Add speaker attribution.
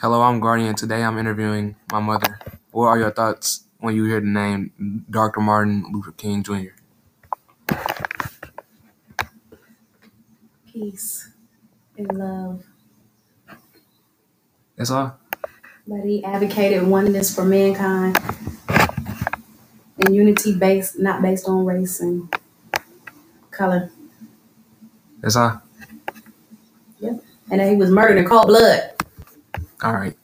Speaker 1: Hello, I'm Guardian. Today I'm interviewing my mother. What are your thoughts when you hear the name Dr. Martin Luther King Jr.?
Speaker 2: peace and love.
Speaker 1: That's all.
Speaker 2: That he advocated oneness for mankind and unity based, not based on race and color.
Speaker 1: That's all.
Speaker 2: Yep. And that he was murdered in cold blood.
Speaker 1: All right.